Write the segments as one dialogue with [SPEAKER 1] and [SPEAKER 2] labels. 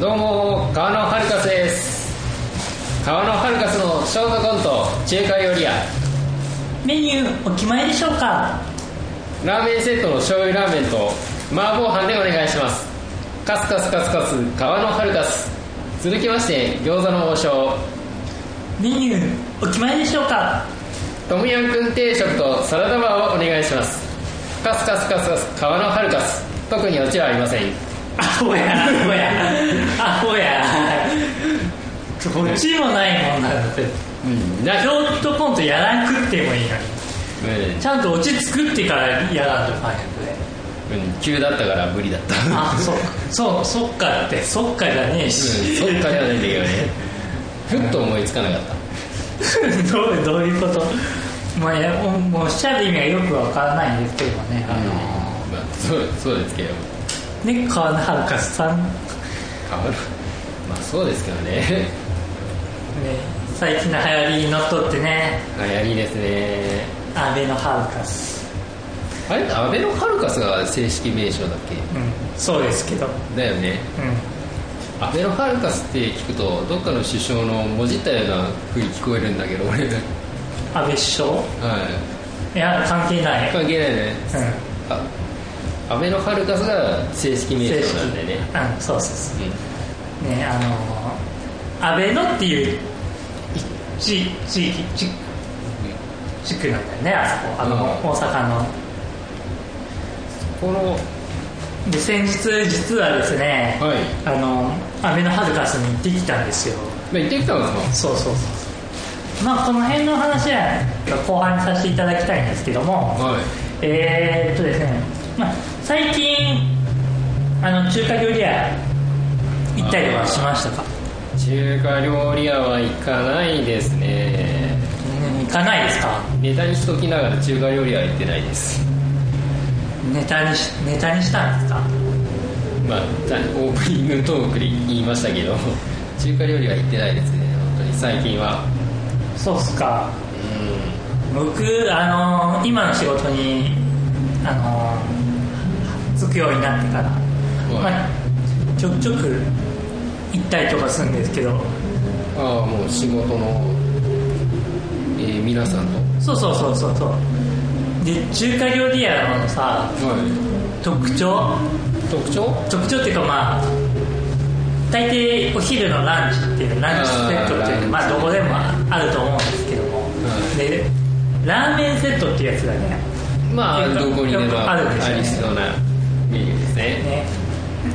[SPEAKER 1] どうも川野ハルカスです川野ハルカスのショートコント中華料理屋
[SPEAKER 2] メニューお決まりでしょうか
[SPEAKER 1] ラーメンセットの醤油ラーメンと麻婆飯でお願いしますカスカスカスカス川野ハルカス続きまして餃子の王将
[SPEAKER 2] メニューお決まりでしょうか
[SPEAKER 1] トムヤムクン定食とサラダバーをお願いしますカスカスカスカス川野ハルカス特にオチはありません
[SPEAKER 2] アホやアホやアホやちょこっちもないもんなだってシ
[SPEAKER 1] うんな
[SPEAKER 2] ョートコントやらなくてもいいのにちゃんと落ち作ってからやらんとパン
[SPEAKER 1] う
[SPEAKER 2] で
[SPEAKER 1] ん、うん、急だったから無理だった
[SPEAKER 2] あそうそうそっかってそっかじゃねえ
[SPEAKER 1] うん、
[SPEAKER 2] し、
[SPEAKER 1] そっかではないんだけどねふっと思いつかなかった
[SPEAKER 2] どうどういうことまあいやもうもうおっしゃる意味がよくわからないんですけどね、あの
[SPEAKER 1] まあ、そうそうですけど
[SPEAKER 2] ね川野遥さん
[SPEAKER 1] 変わるまあそうですけどね
[SPEAKER 2] ね、最近の流行りにのっとってね
[SPEAKER 1] 流行りですね
[SPEAKER 2] 安倍のハルカス、
[SPEAKER 1] あれアベノハルカスが正式名称だっけ
[SPEAKER 2] うん、そうですけど、うん、
[SPEAKER 1] だよねアベノハルカスって聞くとどっかの首相のもじったような風に聞こえるんだけど俺は
[SPEAKER 2] 安倍首相
[SPEAKER 1] い
[SPEAKER 2] いや関係ない、うん、
[SPEAKER 1] 関係ないねあアベノハルカスが正式名
[SPEAKER 2] 正
[SPEAKER 1] 称
[SPEAKER 2] 式
[SPEAKER 1] なんだよね、
[SPEAKER 2] うん、そうそうそうねあの安倍のっていうい地地域地地区なんだよねあそこあの、
[SPEAKER 1] うん
[SPEAKER 2] 大阪の
[SPEAKER 1] うん、この
[SPEAKER 2] で先日実はですね、
[SPEAKER 1] はい
[SPEAKER 2] あの安倍のハルカスに行ってきたんですよ
[SPEAKER 1] まあ行ってきたんですか
[SPEAKER 2] そうそうそうまあこの辺の話は後半にさせていただきたいんですけども、
[SPEAKER 1] はい
[SPEAKER 2] えー、っとですね、まあ、最近あの中華料理屋行ったりはしましたか、
[SPEAKER 1] 中華料理屋は行かないですね
[SPEAKER 2] うん行かないですか
[SPEAKER 1] ネタにしときながら中華料理屋は行ってないです
[SPEAKER 2] ネタにしネタにしたんですか
[SPEAKER 1] まあざオープニングトークで言いましたけど中華料理は行ってないですね本当に最近は
[SPEAKER 2] そうっすか
[SPEAKER 1] う
[SPEAKER 2] 僕あの今の仕事にあのつくようになってから、
[SPEAKER 1] い
[SPEAKER 2] まあ、ちょくちょく行ったりとかするんですけど
[SPEAKER 1] んああもう仕事の、えー皆さんと
[SPEAKER 2] そうそうそうそうそうで中華料理屋のさ
[SPEAKER 1] は
[SPEAKER 2] 特徴
[SPEAKER 1] い特徴
[SPEAKER 2] 特徴っていうかまあ大抵お昼のランチっていうランチセットっていう
[SPEAKER 1] あー
[SPEAKER 2] のまあどこでもあると思うんですけども、
[SPEAKER 1] ん
[SPEAKER 2] でラーメンセットっていうやつだね
[SPEAKER 1] まあどこにで
[SPEAKER 2] よ
[SPEAKER 1] も
[SPEAKER 2] くあるんです
[SPEAKER 1] あ
[SPEAKER 2] よね
[SPEAKER 1] りそうなメニューですね
[SPEAKER 2] ね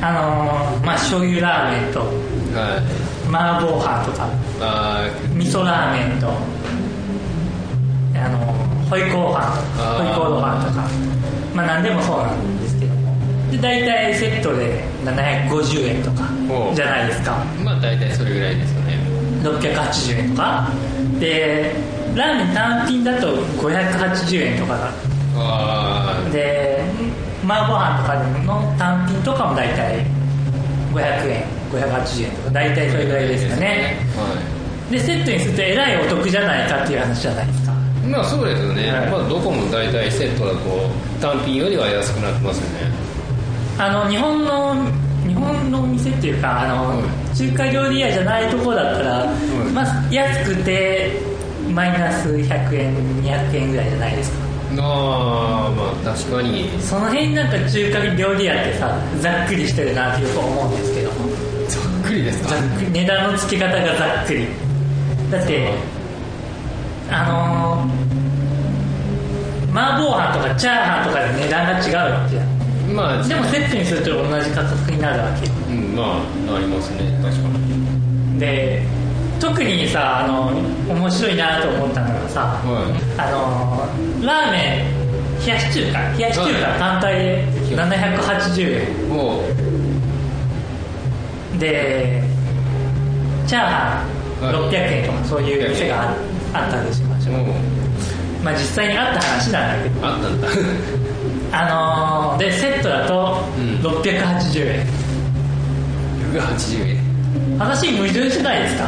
[SPEAKER 2] あのーまあ醤油ラーメンと
[SPEAKER 1] はい
[SPEAKER 2] 麻婆飯とか
[SPEAKER 1] あ
[SPEAKER 2] 味噌ラーメンとあのホイコー飯
[SPEAKER 1] あー
[SPEAKER 2] ホイコーロ飯とかまあ何でもそうなんですけどもで大体セットで750円とか
[SPEAKER 1] おう
[SPEAKER 2] じゃないですか
[SPEAKER 1] あまあ大体それぐらいですよね
[SPEAKER 2] 680円とかでラーメン単品だと580円とかだ
[SPEAKER 1] あ
[SPEAKER 2] で麻婆飯とかの単品とかも大体500円580円とか大体
[SPEAKER 1] あ
[SPEAKER 2] それぐらいですかね
[SPEAKER 1] はい
[SPEAKER 2] でセットにするとえらいお得じゃないかっていう話じゃないですか
[SPEAKER 1] まあそうですよね、
[SPEAKER 2] はい
[SPEAKER 1] まあどこも大体セットだと単品よりは安くなってますよね
[SPEAKER 2] あの日本の日本のお店っていうかあの、
[SPEAKER 1] うん
[SPEAKER 2] 中華料理屋じゃないとこだったら、
[SPEAKER 1] ん
[SPEAKER 2] まあ、安くてマイナス100円200円ぐらいじゃないですか
[SPEAKER 1] ああまあ確かに
[SPEAKER 2] その辺なんか中華料理屋ってさざっくりしてるなってよく思うんですけども
[SPEAKER 1] ざっくりです
[SPEAKER 2] ざっくり値段の付け方がざっくりだってあのー麻婆飯とかチャーハンとかで値段が違うわけじゃん
[SPEAKER 1] まあ
[SPEAKER 2] でもセットにすると同じ価格になるわけよ
[SPEAKER 1] うんまあありますね確かに
[SPEAKER 2] で特にさあの面白いなと思ったのがさ、
[SPEAKER 1] は
[SPEAKER 2] あのラーメン冷やし中華冷やし中華単体で780円
[SPEAKER 1] いもう
[SPEAKER 2] でチャーハン
[SPEAKER 1] はい
[SPEAKER 2] 600円とかそういう店がああったとしましょう、
[SPEAKER 1] もう
[SPEAKER 2] まあ、実際にあった話なんだけど
[SPEAKER 1] あったん だ
[SPEAKER 2] あのーでセットだと
[SPEAKER 1] うん
[SPEAKER 2] 680円、
[SPEAKER 1] 180円
[SPEAKER 2] 話に矛盾しないですか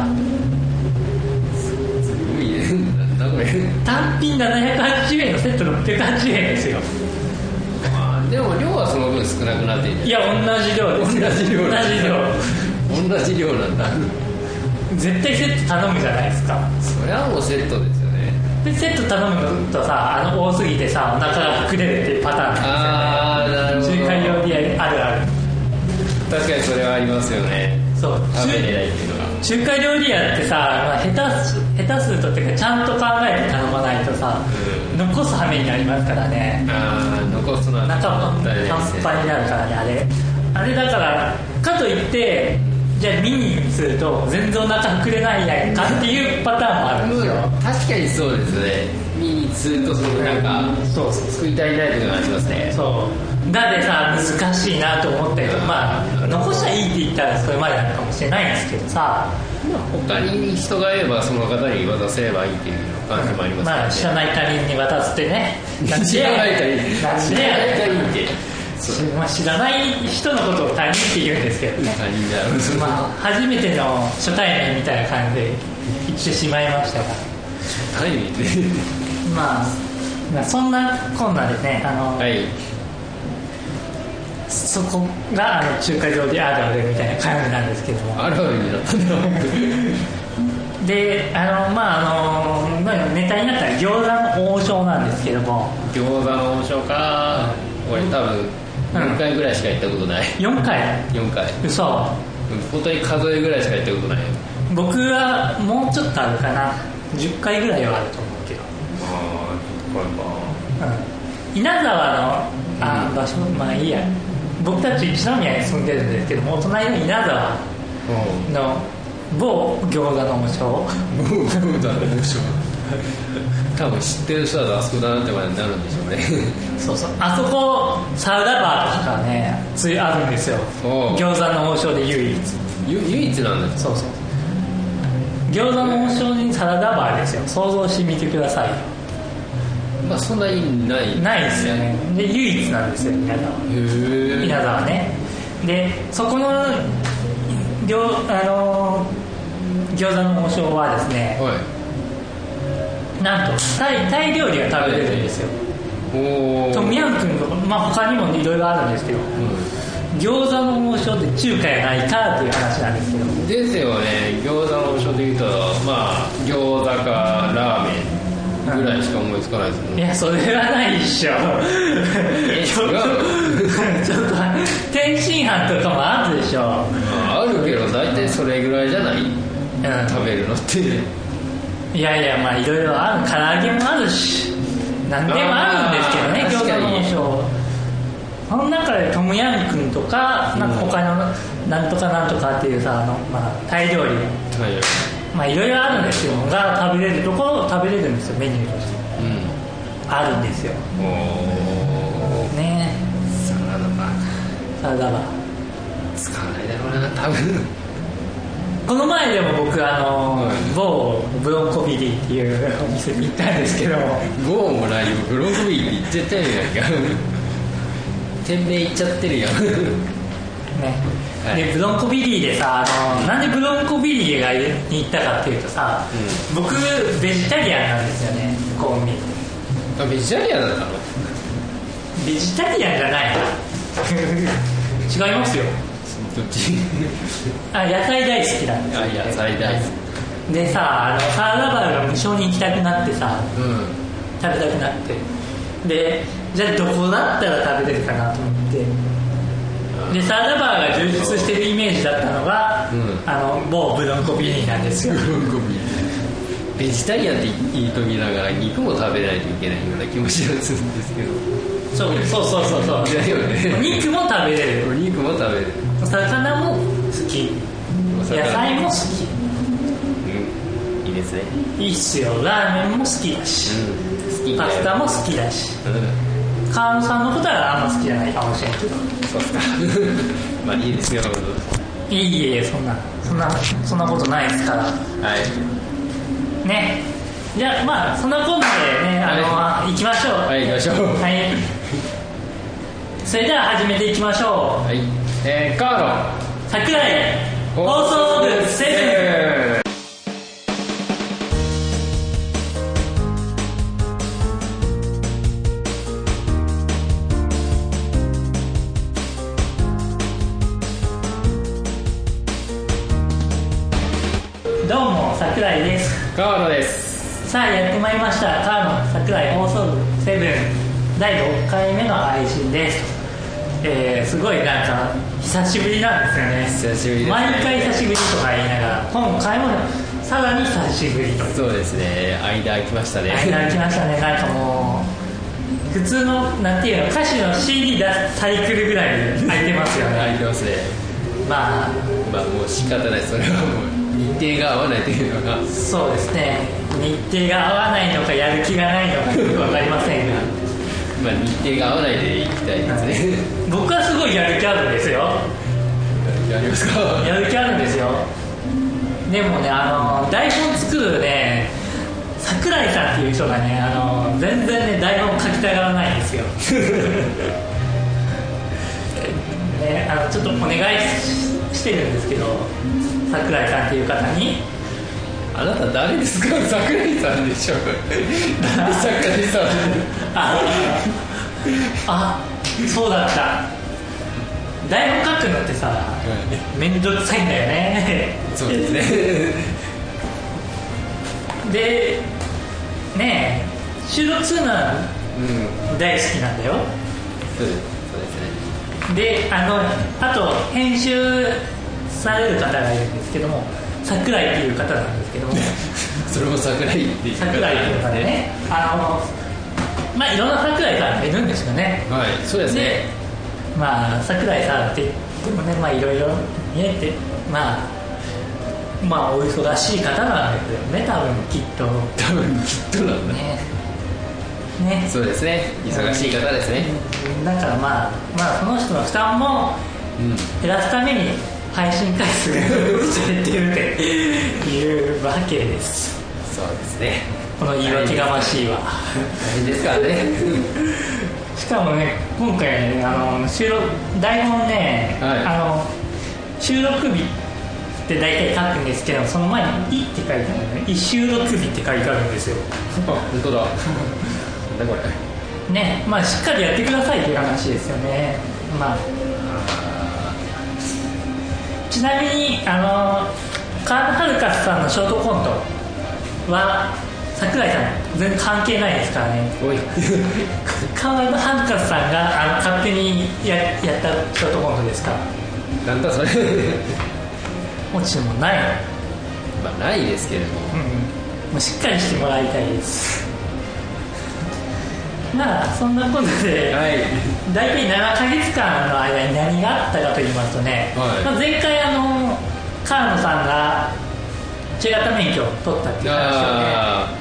[SPEAKER 1] すごいねなんだこれ
[SPEAKER 2] 単品780円のセット680円ですよ
[SPEAKER 1] まあでも量はその分少なくなっていて
[SPEAKER 2] いや同じ量です
[SPEAKER 1] 同じ量
[SPEAKER 2] 同じ量
[SPEAKER 1] 同同じ量なんだ
[SPEAKER 2] 絶対セット頼むじゃないですか
[SPEAKER 1] そりゃもうセットですよね
[SPEAKER 2] でセット頼むとさあの多すぎてさお腹が膨れるっていうパターン
[SPEAKER 1] ああな
[SPEAKER 2] な
[SPEAKER 1] る
[SPEAKER 2] ん
[SPEAKER 1] ほ
[SPEAKER 2] ですよね
[SPEAKER 1] ど
[SPEAKER 2] 中華料理屋あるある
[SPEAKER 1] 確かにそれはありますよね
[SPEAKER 2] そう
[SPEAKER 1] 食べれないっていうのが
[SPEAKER 2] 中華料理屋ってさ、まあ、下手す下手するとっていうかちゃんと考えて頼まないとさ、
[SPEAKER 1] うん
[SPEAKER 2] 残す羽目になりますからね
[SPEAKER 1] ああ残すのは
[SPEAKER 2] 中も
[SPEAKER 1] もっ
[SPEAKER 2] パ
[SPEAKER 1] たいないです
[SPEAKER 2] ン
[SPEAKER 1] ね
[SPEAKER 2] パンになるからねあれあれだからかといってじゃあミニにすると全然お腹膨れないやんかっていうパターンもあるんですよ、
[SPEAKER 1] うん確かにそうですねミニ2とそのなんか
[SPEAKER 2] そうそう
[SPEAKER 1] 作り足りないというのがありますね
[SPEAKER 2] そうだってさ難しいなと思ったけどまあ残したらいいって言ったらそれまでなのかもしれないんですけどさ
[SPEAKER 1] 他に人がいればその方に渡せればいいという感じもあります
[SPEAKER 2] まあ知らない他人に渡すってねなんで
[SPEAKER 1] 知らない他
[SPEAKER 2] なん
[SPEAKER 1] 人知
[SPEAKER 2] で
[SPEAKER 1] らない他人って
[SPEAKER 2] 知まあ知らない人のことを他人って言うんですけどね、
[SPEAKER 1] 他人だろう
[SPEAKER 2] まあ、初めての初対面みたいな感じで行ってしまいましたが、
[SPEAKER 1] 他人で
[SPEAKER 2] まあ、まあそんなこんなでねあの、
[SPEAKER 1] はい
[SPEAKER 2] そこがあの中華料理あるあるみたいな感じなんですけども
[SPEAKER 1] あるあるになったんだ
[SPEAKER 2] であのまああの、まあ、ネタになったら餃子の王将なんですけども
[SPEAKER 1] 餃子の王将か俺多分4回ぐらいしか行ったことない
[SPEAKER 2] 4回
[SPEAKER 1] 4回
[SPEAKER 2] 嘘
[SPEAKER 1] うん本当に数えぐらいしか行ったことない
[SPEAKER 2] 僕はもうちょっとあるかな10回ぐらいはあると思うけど
[SPEAKER 1] ああこれか
[SPEAKER 2] うん稲沢のあ場所まあいいや僕たち一宮に住んでるんですけどもお隣の稲沢の某餃子の王将
[SPEAKER 1] もう餃子の王将多分知ってる人だとあそこだなってまでになるんでしょうね
[SPEAKER 2] そうそうあそこサウダバーとかねついあるんですよ
[SPEAKER 1] おう
[SPEAKER 2] 餃子の王将で唯一
[SPEAKER 1] ゆ唯一なんです
[SPEAKER 2] そうそう餃子の王将にサラダバーですよ想像してみてくださいよ
[SPEAKER 1] まあそんなにない
[SPEAKER 2] ないですよねで唯一なんですよ皆さん
[SPEAKER 1] へえ
[SPEAKER 2] 稲沢ねでそこの餃,、あのー餃子の王将はですね
[SPEAKER 1] はい
[SPEAKER 2] なんとタイタイ料理が食べれるんですよ
[SPEAKER 1] おお
[SPEAKER 2] トムヤムクンとか、まあ、他にもいろいろあるんですけど餃子の王将って中華やないかっていう話なんですけど
[SPEAKER 1] ですよね餃子の王将でいうとまあ餃子かラーメンぐらいしか思いつかないですもん
[SPEAKER 2] い
[SPEAKER 1] ね
[SPEAKER 2] やそれはないっしょちょっとちょっと天津飯とかもあるでしょ
[SPEAKER 1] あるけど大体それぐらいじゃない
[SPEAKER 2] うん
[SPEAKER 1] 食べるのって
[SPEAKER 2] いやいやまあいろいろある唐揚げもあるし何でもあるんですけどね
[SPEAKER 1] あー
[SPEAKER 2] 餃子の王将その中でトムヤムクンとかなんか他のなんとかなんとかっていうさあの、まあ、タイ料理
[SPEAKER 1] はい
[SPEAKER 2] まあいろいろあるんですけどが食べれるところを食べれるんですよメニューとして
[SPEAKER 1] うん
[SPEAKER 2] あるんですよ
[SPEAKER 1] おお
[SPEAKER 2] ね
[SPEAKER 1] サラダバー
[SPEAKER 2] サラダバー
[SPEAKER 1] 使わないだろうな多分
[SPEAKER 2] この前でも僕あの、
[SPEAKER 1] はい
[SPEAKER 2] 某ブロンコビリーっていうお店に行ったんですけど
[SPEAKER 1] ゴーもないよブログビーって言っちゃったやんか店名言っちゃってるやん
[SPEAKER 2] ね、
[SPEAKER 1] はい
[SPEAKER 2] でブロンコビリーでさあのなんでブロンコビリーがに行ったかっていうとさ、僕ベジタリアンなんですよねコンビ
[SPEAKER 1] あベジタリアンだったの
[SPEAKER 2] ベジタリアンじゃない な違いますよ
[SPEAKER 1] どっち
[SPEAKER 2] あ野菜大好きなんですよ
[SPEAKER 1] あ野菜大好
[SPEAKER 2] でさあのサラダバーが無償に行きたくなってさ
[SPEAKER 1] うん
[SPEAKER 2] 食べたくなってでじゃあどこだったら食べれるかなと思ってでサラダバーが充実してるイメージだったのが、
[SPEAKER 1] うん
[SPEAKER 2] あの某ブロンコビリーなんですよ
[SPEAKER 1] ベジタリアンって言いときながら肉も食べないといけないような気もしまするんですけど
[SPEAKER 2] そうそうそうそ うそう
[SPEAKER 1] だよ
[SPEAKER 2] お
[SPEAKER 1] ね
[SPEAKER 2] 肉も食べれ
[SPEAKER 1] お
[SPEAKER 2] る
[SPEAKER 1] 肉も食べる
[SPEAKER 2] お魚も好き
[SPEAKER 1] お
[SPEAKER 2] 野
[SPEAKER 1] 魚
[SPEAKER 2] 菜も好
[SPEAKER 1] うんいいですね
[SPEAKER 2] きいいっすよラーメンも好きだし
[SPEAKER 1] うん好き
[SPEAKER 2] パ
[SPEAKER 1] だ
[SPEAKER 2] ス
[SPEAKER 1] よ
[SPEAKER 2] タも好きだし
[SPEAKER 1] うん
[SPEAKER 2] 川野さんのことはあんま好きじゃないかもしれんけど
[SPEAKER 1] そうっすか まあいいですよ
[SPEAKER 2] いえいえいえそんなそんなそんなことないですから
[SPEAKER 1] はい
[SPEAKER 2] ねじゃあまあそんなこんなでねあの、行きましょう
[SPEAKER 1] はい行きましょう
[SPEAKER 2] はいそれでは始めていきましょ
[SPEAKER 1] はいえー、カーロン
[SPEAKER 2] う桜井放送部セブンどうも桜井です
[SPEAKER 1] 川野です
[SPEAKER 2] さあやってまいりましたカーの桜井放送部セブン第6回目の配信ですえー、すごいなんか久しぶりなんですよね
[SPEAKER 1] 久しぶりですね
[SPEAKER 2] 毎回久しぶりとか言いながら今回もさらに久しぶりと
[SPEAKER 1] そうですね間空きましたね
[SPEAKER 2] 間空きましたねなんかもう普通のなんていうの歌詞の CD 出すサイクルぐらい空いてますよ
[SPEAKER 1] 空い
[SPEAKER 2] ね
[SPEAKER 1] てますね
[SPEAKER 2] まあ
[SPEAKER 1] まあもう仕方ないそれはもう日程が合わないというのが
[SPEAKER 2] そうですね日程が合わないのかやる気がないのかよく分かりませんが
[SPEAKER 1] まあ日程が合わないでいきたいですね
[SPEAKER 2] 僕はすごいやる気あるんですよ
[SPEAKER 1] やりますか
[SPEAKER 2] やる気あるんですよでもねあの台本作るね桜井さんっていう人がねあの全然ね台本書きたがらないんですよ ね、あのちょっとお願いししてるんですけど桜井さんっていう方に
[SPEAKER 1] あなた誰ですか桜井さんでしょなんで作家でさ
[SPEAKER 2] ああそうだった台本書くのってさ面倒くさいんだよね
[SPEAKER 1] そうですね
[SPEAKER 2] でねえ収録するのは
[SPEAKER 1] うん
[SPEAKER 2] 大好きなんだよ
[SPEAKER 1] そうですそうですね
[SPEAKER 2] であのあと編集される方がいるんですけども桜井っていう方なんです けども
[SPEAKER 1] それも桜井って言い方
[SPEAKER 2] 桜井っていう方でねあのまあいろんな桜井さんがいるんですよね
[SPEAKER 1] はいそうです
[SPEAKER 2] で
[SPEAKER 1] ね
[SPEAKER 2] まあ桜井さんって言ってもねまあいろいろ見えてまあまあお忙しい方なんですよね多分きっと
[SPEAKER 1] 多分きっとなんだ
[SPEAKER 2] ねね
[SPEAKER 1] そうですね忙しい方ですね
[SPEAKER 2] だからまあまあその人の負担も
[SPEAKER 1] うん
[SPEAKER 2] 減らすために配信回数が 増えてるっていうわけです
[SPEAKER 1] そうですね
[SPEAKER 2] この言い訳がましいわ、
[SPEAKER 1] 大事ですからね
[SPEAKER 2] しかもね今回ねあの収録台本ね、
[SPEAKER 1] はい
[SPEAKER 2] あの収録日って大体書くんですけどその前に「い」って書いてあるのね「い収録日」って書いてあるんですよ
[SPEAKER 1] あ本当だなんだこれ
[SPEAKER 2] ねまあしっかりやってくださいっていう話ですよねまあちなみにあのカーブ・ハルカスさんのショートコントは桜井さん全然関係ないですからね
[SPEAKER 1] おい
[SPEAKER 2] カーブ・ハルカスさんがあの勝手にややったショートコントですから
[SPEAKER 1] なんだそれ
[SPEAKER 2] 落ちもない、
[SPEAKER 1] まあないですけれども
[SPEAKER 2] うん、もうしっかりしてもらいたいです まあそんなことで、
[SPEAKER 1] はい
[SPEAKER 2] 大体7ヶ月間の間に何があったかと言いますとね、
[SPEAKER 1] はい
[SPEAKER 2] まあ、前回あの川野さんが中型免許を取ったっていう話をね
[SPEAKER 1] あ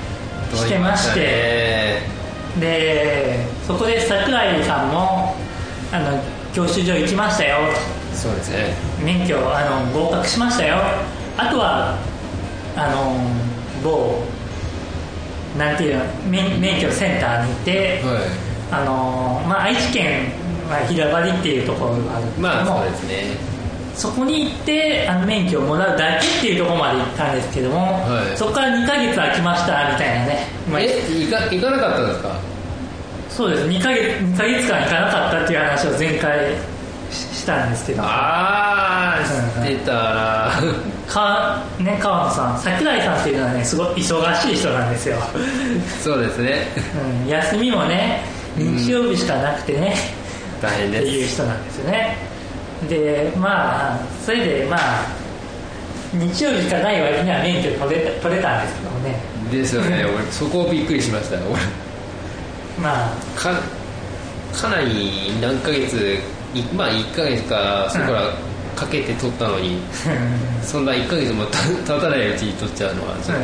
[SPEAKER 1] あ
[SPEAKER 2] してまして
[SPEAKER 1] て
[SPEAKER 2] でそこで桜井さんもあの教習所行きましたよ
[SPEAKER 1] そうですね
[SPEAKER 2] 免許あの合格しましたよあとはあの某なんていうの免免許センターに行って、
[SPEAKER 1] は
[SPEAKER 2] あのまあ、愛知県は平張りっていうところがあるんです
[SPEAKER 1] い
[SPEAKER 2] けども、
[SPEAKER 1] まあそうですね
[SPEAKER 2] そこに行ってあの免許をもらうだけっていうところまで行ったんですけども、
[SPEAKER 1] はい
[SPEAKER 2] そこから2ヶ月空きましたみたいなね、まあ
[SPEAKER 1] え行か行かなかったんですか
[SPEAKER 2] そうです2ヶ月2ヶ月間行かなかったっていう話を前回ししたんですけど
[SPEAKER 1] ああ知ってたな
[SPEAKER 2] か、ね、川野さん桜井さんっていうのはねすごい忙しい人なんですよ、
[SPEAKER 1] そうですね
[SPEAKER 2] うん、休みもね日曜日しかなくてね、
[SPEAKER 1] 大変
[SPEAKER 2] って
[SPEAKER 1] で
[SPEAKER 2] いう
[SPEAKER 1] す
[SPEAKER 2] 人なんですよねでまあそれでまあ日曜日しかない割には免許取れた取れたんですけどもね
[SPEAKER 1] ですよね俺そこをびっくりしました俺
[SPEAKER 2] まあ
[SPEAKER 1] かかなり何ヶ月いまあ1ヶ月かそこらかけて取ったのに、
[SPEAKER 2] うん
[SPEAKER 1] そんな1ヶ月もた経たないうちに取っちゃうのはちょ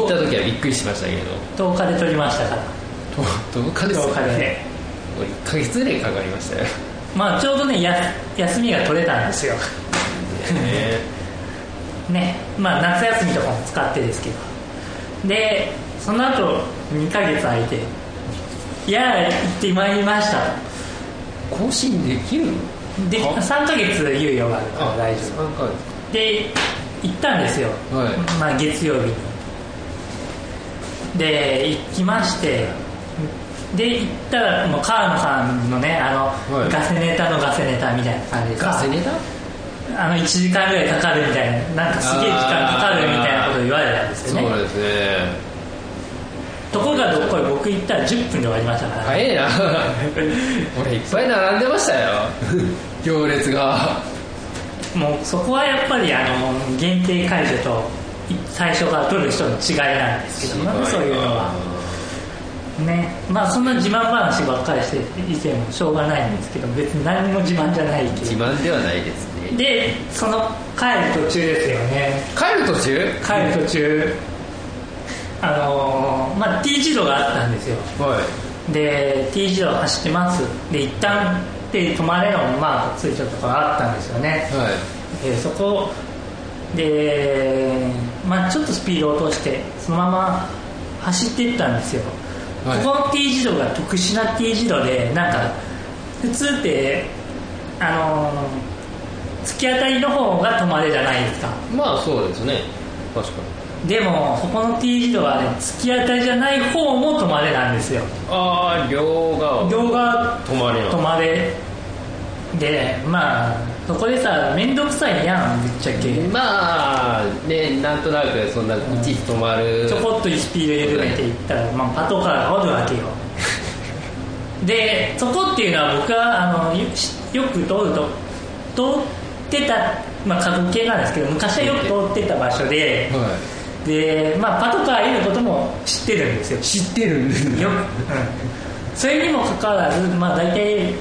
[SPEAKER 1] っ
[SPEAKER 2] うん
[SPEAKER 1] と、聞いた時はびっくりしましたけれど
[SPEAKER 2] 10日で撮りましたから
[SPEAKER 1] どうかですよ
[SPEAKER 2] 10日で
[SPEAKER 1] 俺1ヶ月ぐらいかかりましたよ、
[SPEAKER 2] まあちょうどねや休みが取れたんですよ
[SPEAKER 1] ね、
[SPEAKER 2] ねまあ夏休みとかも使ってですけどでその後2ヶ月空いて「いやあ行ってまいりました
[SPEAKER 1] 更新できるの」
[SPEAKER 2] で
[SPEAKER 1] あ
[SPEAKER 2] 3ヶ月猶予があるから大丈
[SPEAKER 1] 3ヶ
[SPEAKER 2] 夫で行ったんですよ、
[SPEAKER 1] はい
[SPEAKER 2] まあ、月曜日にで行きましてで行ったらもう川野さんのねあの、
[SPEAKER 1] はい
[SPEAKER 2] ガセネタのガセネタみたいな感じで
[SPEAKER 1] 月ガセネタ
[SPEAKER 2] あの1時間ぐらいかかるみたいななんかすげえ時間かかるみたいなことを言われたんですよ
[SPEAKER 1] そう
[SPEAKER 2] ね
[SPEAKER 1] ですね
[SPEAKER 2] ところがどっこい僕行ったら10分で終わりましたから、
[SPEAKER 1] 早 いな俺いっぱい並んでましたよ行列が
[SPEAKER 2] もうそこはやっぱりあの限定解除と最初から取る人の違いなんですけどねそういうのはねまあそんな自慢話ばっかりしていてもしょうがないんですけど別に何も自慢じゃないけ
[SPEAKER 1] 自
[SPEAKER 2] ど
[SPEAKER 1] 慢ではないですね
[SPEAKER 2] でその帰る途中ですよね
[SPEAKER 1] 帰る途中
[SPEAKER 2] 帰る途中あのーまあ T 字路があったんですよ
[SPEAKER 1] は
[SPEAKER 2] で T 字路走ってますで一旦で止まれのマークついちゃったとこがあったんですよね
[SPEAKER 1] いはい
[SPEAKER 2] でそこで、まあ、ちょっとスピードを落としてそのまま走っていったんですよ、
[SPEAKER 1] はい
[SPEAKER 2] ここの T 字路が特殊な T 字路でなんか普通ってあのー突き当たりの方が止まれじゃないですか
[SPEAKER 1] まあそうですね確かに
[SPEAKER 2] でもここの T 字路はね突き当たりじゃない方も止まれなんですよ
[SPEAKER 1] ああ両側
[SPEAKER 2] 両側
[SPEAKER 1] 止まりな
[SPEAKER 2] 泊まれでまあそこでさ面倒くさいやんぶっちゃけ
[SPEAKER 1] まあねなんとなくそんないちいち止まる
[SPEAKER 2] ちょこっとスピード緩めていったら、まあ、パトカーがお るわけよでそこっていうのは僕はあのよよく通ると通ってた、まあ、過去形なんですけど昔はよく通ってた場所で
[SPEAKER 1] は
[SPEAKER 2] で、まあ、パトカーいることも知ってるんですよ
[SPEAKER 1] い、知ってるんです
[SPEAKER 2] よく、それにもかかわらず、まあ、大体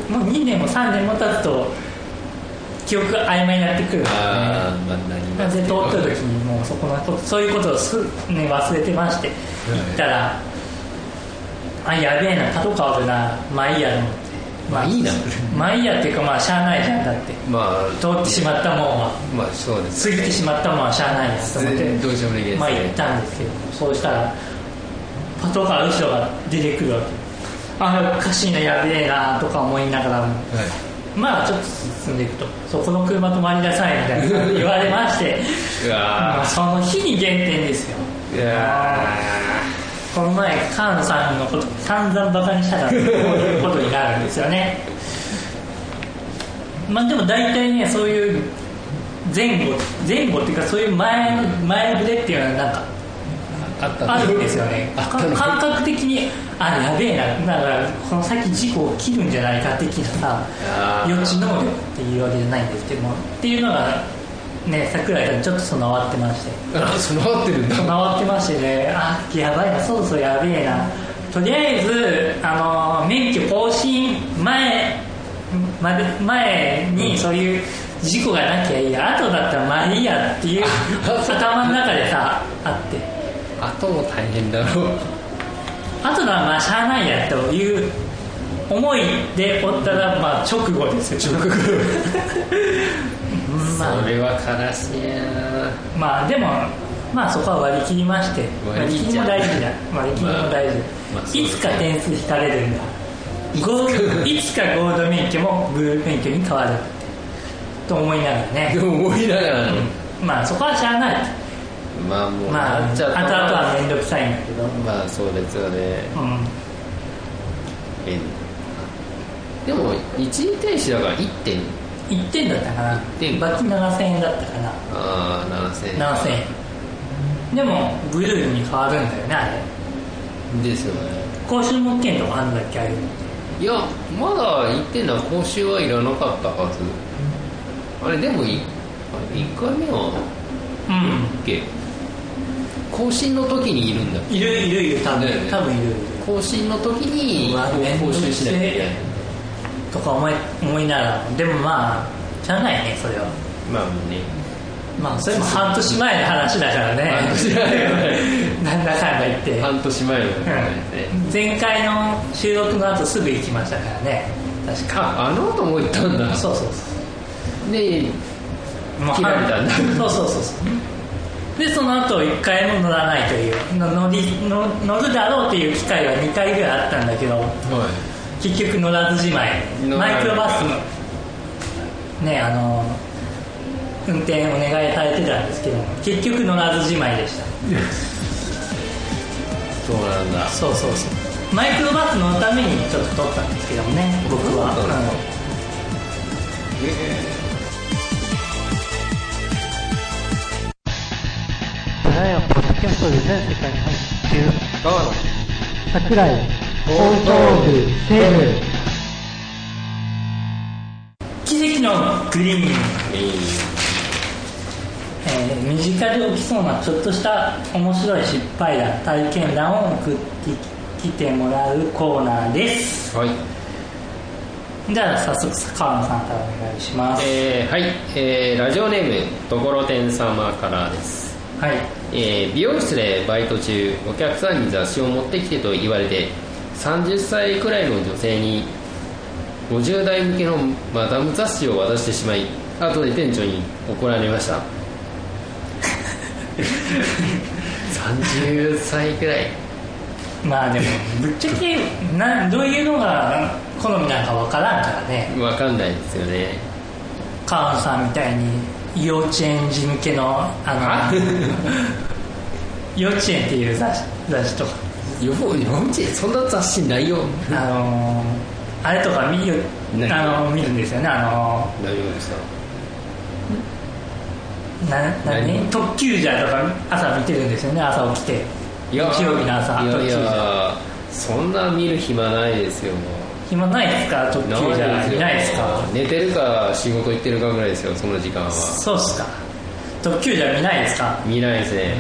[SPEAKER 2] もう2年も3年も経つと記憶が曖昧になってくるんですよね
[SPEAKER 1] ああまあなり
[SPEAKER 2] な
[SPEAKER 1] ま
[SPEAKER 2] ぜ
[SPEAKER 1] す
[SPEAKER 2] 通った時にもうそこのことそういうことをす、ね、忘れてまして行ったら、あやべえなパトカーおるなまあいいやと思って
[SPEAKER 1] まあいいな
[SPEAKER 2] まあいいやっていうかまあしゃあないじゃんだって
[SPEAKER 1] まあ
[SPEAKER 2] 通ってしまったもんは
[SPEAKER 1] まあそうです
[SPEAKER 2] 過ぎてしまったもんはしゃあないやと思っ
[SPEAKER 1] 全
[SPEAKER 2] て
[SPEAKER 1] 然どうしようもできないですね
[SPEAKER 2] まあ行ったんですけどそうしたらパトカーの人が出てくるわけあおかしいなやべえなとか思いながらも
[SPEAKER 1] はい
[SPEAKER 2] まあちょっと進んでいくとそこの車止まりなさいみたいなこと言われまして
[SPEAKER 1] う
[SPEAKER 2] まあ
[SPEAKER 1] わ
[SPEAKER 2] その日に減点ですよ
[SPEAKER 1] ーいや
[SPEAKER 2] この前菅野さんのこと散々バカにしたからこういうことになるんですよねまあでも大体ねそういう前後前後っていうかそういう前前触れっていうのはなんか
[SPEAKER 1] ーあった
[SPEAKER 2] あるんですよね
[SPEAKER 1] あ
[SPEAKER 2] か
[SPEAKER 1] ったの
[SPEAKER 2] 感覚的にあやべえなだからこの先事故を切るんじゃないか的な
[SPEAKER 1] あ
[SPEAKER 2] さ
[SPEAKER 1] ー
[SPEAKER 2] 予知能力っていうわけじゃないんですけどもっていうのがね桜井さんちょっと備わってまして
[SPEAKER 1] あ備わってるんだ
[SPEAKER 2] 回ってましてねあやばいなそろそろやべえなとりあえずあの免許更新前まで前にそういう事故がなきゃいいや後だったらまあいいやっていう 頭の中でさあって
[SPEAKER 1] あとも大変だろう
[SPEAKER 2] 後ならまあしゃあないやという思いでおったらまあ直後ですよ直後 まあ
[SPEAKER 1] それは悲しいな
[SPEAKER 2] まあでもまあそこは割り切りまして
[SPEAKER 1] 割
[SPEAKER 2] 割
[SPEAKER 1] り
[SPEAKER 2] り
[SPEAKER 1] 切っ
[SPEAKER 2] 切
[SPEAKER 1] ち
[SPEAKER 2] り
[SPEAKER 1] ゃう
[SPEAKER 2] も大事だ割り切り
[SPEAKER 1] ま
[SPEAKER 2] も大事、
[SPEAKER 1] あまあそう
[SPEAKER 2] い
[SPEAKER 1] ですね
[SPEAKER 2] つか点数引かれるんだゴーいつかゴールド免許もブルー免許に変わると思いながらね
[SPEAKER 1] で、も思いながらの
[SPEAKER 2] まあそこはしゃあない
[SPEAKER 1] まあもう
[SPEAKER 2] まあ
[SPEAKER 1] なっちゃ
[SPEAKER 2] 後
[SPEAKER 1] った
[SPEAKER 2] 々は面倒くさいんだけど、う
[SPEAKER 1] まあそうですよね
[SPEAKER 2] ん、
[SPEAKER 1] えでも一時停止だから1点
[SPEAKER 2] 1点だったかな
[SPEAKER 1] 点
[SPEAKER 2] 罰7000円だったかな
[SPEAKER 1] ああ7000円
[SPEAKER 2] 7000円でもブルーに変わるんだよねあれ
[SPEAKER 1] ですよね
[SPEAKER 2] 公衆物件とかあるんだっけあれ
[SPEAKER 1] いやまだ1点な講習はいらなかったはずあれでも1回目は
[SPEAKER 2] うん
[SPEAKER 1] オッケー更新の時にいるんだ
[SPEAKER 2] いるいるいる多分
[SPEAKER 1] だよね
[SPEAKER 2] 多分いるいる
[SPEAKER 1] 更新の時に
[SPEAKER 2] うわ
[SPEAKER 1] こう講習しなきゃいけない
[SPEAKER 2] とか思い思いながらでもまあじゃないねそれは
[SPEAKER 1] まあもうね
[SPEAKER 2] まあそれも半年前の話だからね
[SPEAKER 1] 半年前
[SPEAKER 2] なんだかんだ言って、
[SPEAKER 1] 半年前の話ですね、
[SPEAKER 2] うん前回の収録の後すぐ行きましたからね確か
[SPEAKER 1] ああの後も行ったんだ
[SPEAKER 2] そうそうそう
[SPEAKER 1] で
[SPEAKER 2] もう
[SPEAKER 1] 切られたんだ
[SPEAKER 2] そうそうそうそうでその後1回も乗らないというの乗りの乗るだろうという機会が2回ぐらいあったんだけど
[SPEAKER 1] は
[SPEAKER 2] 結局乗らずじまい
[SPEAKER 1] 乗らない
[SPEAKER 2] マイクロバスのねあの運転お願いされてたんですけど結局乗らずじまいでした
[SPEAKER 1] いそうなんだ
[SPEAKER 2] そうそうそうマイクロバスのためにちょっと撮ったんですけどもね僕は、
[SPEAKER 1] そうなんだ
[SPEAKER 2] うん
[SPEAKER 3] ライアンポッドキャストで全世界に配信中
[SPEAKER 1] 川野
[SPEAKER 3] 桜井放送部セブン
[SPEAKER 2] 奇跡のグリーン、
[SPEAKER 1] いい
[SPEAKER 2] えー身近で起きそうなちょっとした面白い失敗談体験談を送ってきてもらうコーナーです
[SPEAKER 1] はい
[SPEAKER 2] じゃあ早速川野さんからお願いします、
[SPEAKER 1] えーはい、えーラジオネームところてん様からです
[SPEAKER 2] はい
[SPEAKER 1] えー美容室でバイト中お客さんに雑誌を持ってきてと言われて30歳くらいの女性に50代向けのマダム雑誌を渡してしまい後で店長に怒られました 30歳くらい
[SPEAKER 2] まあでもぶっちゃけなどういうのが好みなんかわからんからね
[SPEAKER 1] わかんないですよね
[SPEAKER 2] 川野さんみたいに幼稚園児向けのあ
[SPEAKER 1] あ
[SPEAKER 2] の幼稚園っていう雑誌雑誌とか
[SPEAKER 1] よ日本人そんな雑誌ないよ
[SPEAKER 2] あのーあれとか見よ
[SPEAKER 1] 何
[SPEAKER 2] あのー見るんですよねあの
[SPEAKER 1] 大丈夫でした
[SPEAKER 2] ーな何
[SPEAKER 1] 何
[SPEAKER 2] 特急じゃとか朝見てるんですよね朝起きて日曜日の朝
[SPEAKER 1] いや
[SPEAKER 2] 特
[SPEAKER 1] い
[SPEAKER 2] 急じゃ
[SPEAKER 1] やそんな見る暇ないですよもう
[SPEAKER 2] 暇ないですか特
[SPEAKER 1] な
[SPEAKER 2] 急じゃいないですか
[SPEAKER 1] 寝てるか仕事行ってるかぐらいですよその時間は
[SPEAKER 2] そうっすか特急じゃ見ないですか
[SPEAKER 1] 見ないですね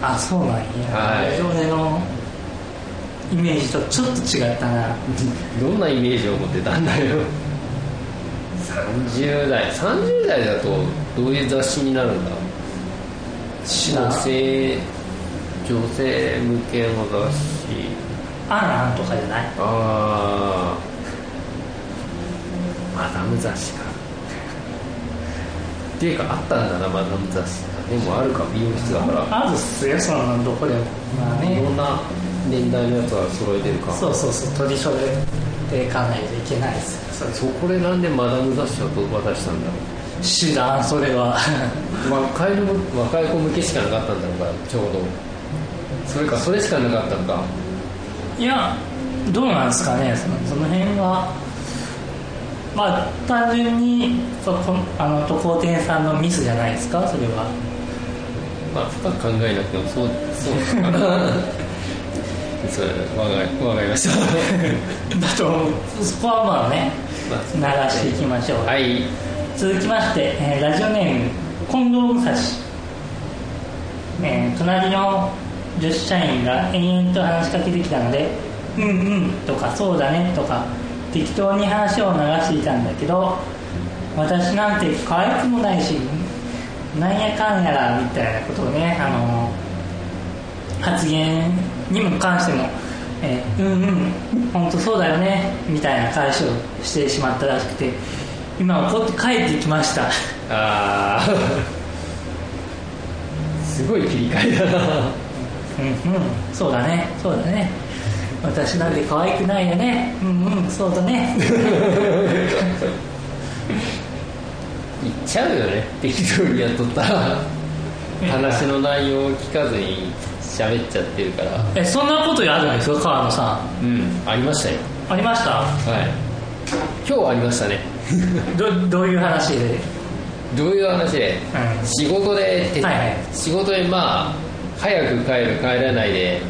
[SPEAKER 2] あそうなんや、
[SPEAKER 1] はい
[SPEAKER 2] 俺のイメージとちょっと違ったな
[SPEAKER 1] どんなイメージを持ってたんだよ30代30代だとどういう雑誌になるんだ
[SPEAKER 2] 知らん
[SPEAKER 1] 女性女性向けの雑誌
[SPEAKER 2] アンアンとかじゃない
[SPEAKER 1] ああマダム雑誌かっていうかあったんだなマダム雑誌がでもあるか美容室だから
[SPEAKER 2] あるっすよそんなんどこでもまあ
[SPEAKER 1] いろ
[SPEAKER 2] ね
[SPEAKER 1] んな年代のやつは揃えてるか
[SPEAKER 2] そうそうそう取り揃えていかないといけないっすよそ
[SPEAKER 1] そこでなんでマダム雑誌を渡したんだろ
[SPEAKER 2] れ知らんそれは
[SPEAKER 1] う若いのも若い子向けしかなかったんだろうからちょうどそれかそれしかなかったのか
[SPEAKER 2] いやどうなんですかねそのその辺はまあ単純にそこあの渡航店さんのミスじゃないですかそれは
[SPEAKER 1] まあ深く考えなくてもそうそうかな それわかりわかりました
[SPEAKER 2] だと思うそこはまあね
[SPEAKER 1] ま
[SPEAKER 2] 流していきましょう、
[SPEAKER 1] あ はい
[SPEAKER 2] 続きまして、えーラジオネーム近藤武蔵、えー隣の女子社員が延々と話しかけてきたので「うんうん」とか「そうだね」とか適当に話を流していたんだけど私なんて可愛くもないしなんやかんやらみたいなことをねあの発言にも関しても、えーうんうん本当そうだよねみたいな返しをしてしまったらしくて今怒って帰ってきました
[SPEAKER 1] あー すごい切り替えだな
[SPEAKER 2] うんうんそうだねそうだね私なんて可愛くないよねうんうんそうだね
[SPEAKER 1] 言っちゃうよね適当にやっと ったら話の内容を聞かずに喋っちゃってるから
[SPEAKER 2] えそんなことやるんですか川野さ
[SPEAKER 1] う
[SPEAKER 2] ん
[SPEAKER 1] んありましたよ
[SPEAKER 2] ありました
[SPEAKER 1] はい今日はありましたね
[SPEAKER 2] どどういう話で、
[SPEAKER 1] どういう話で
[SPEAKER 2] う
[SPEAKER 1] 仕事で、て
[SPEAKER 2] はいはい
[SPEAKER 1] 仕事でまあ早く帰る帰らないで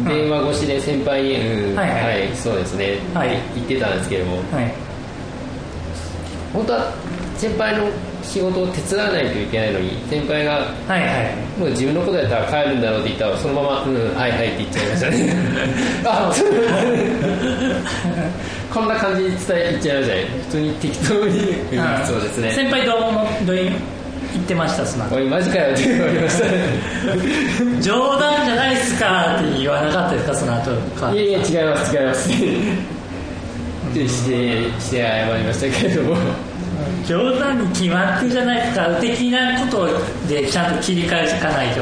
[SPEAKER 2] んうん、
[SPEAKER 1] 電話越しで先輩に「うん
[SPEAKER 2] はいはい
[SPEAKER 1] そうですね」
[SPEAKER 2] はい
[SPEAKER 1] って言ってたんですけども
[SPEAKER 2] はい
[SPEAKER 1] 本当は先輩の仕事を手伝わないといけないのに先輩が
[SPEAKER 2] はいはい
[SPEAKER 1] もう自分のことやったら帰るんだろうって言ったらそのまま「うんはいはい」って言っちゃいました ねあそうこんな感じに伝え言っちゃいましたね普通に適当に「うんそうですね
[SPEAKER 2] 先輩どうもどういう言ってましたその
[SPEAKER 1] おいマジかよ」って言われましたね
[SPEAKER 2] 冗談じゃないっすかって言わなかったですかその後か
[SPEAKER 1] いやいや違います違いますでしてして謝りましたけれども
[SPEAKER 2] 冗談に決まってるじゃないですか的なことでちゃんと切り返していかないと、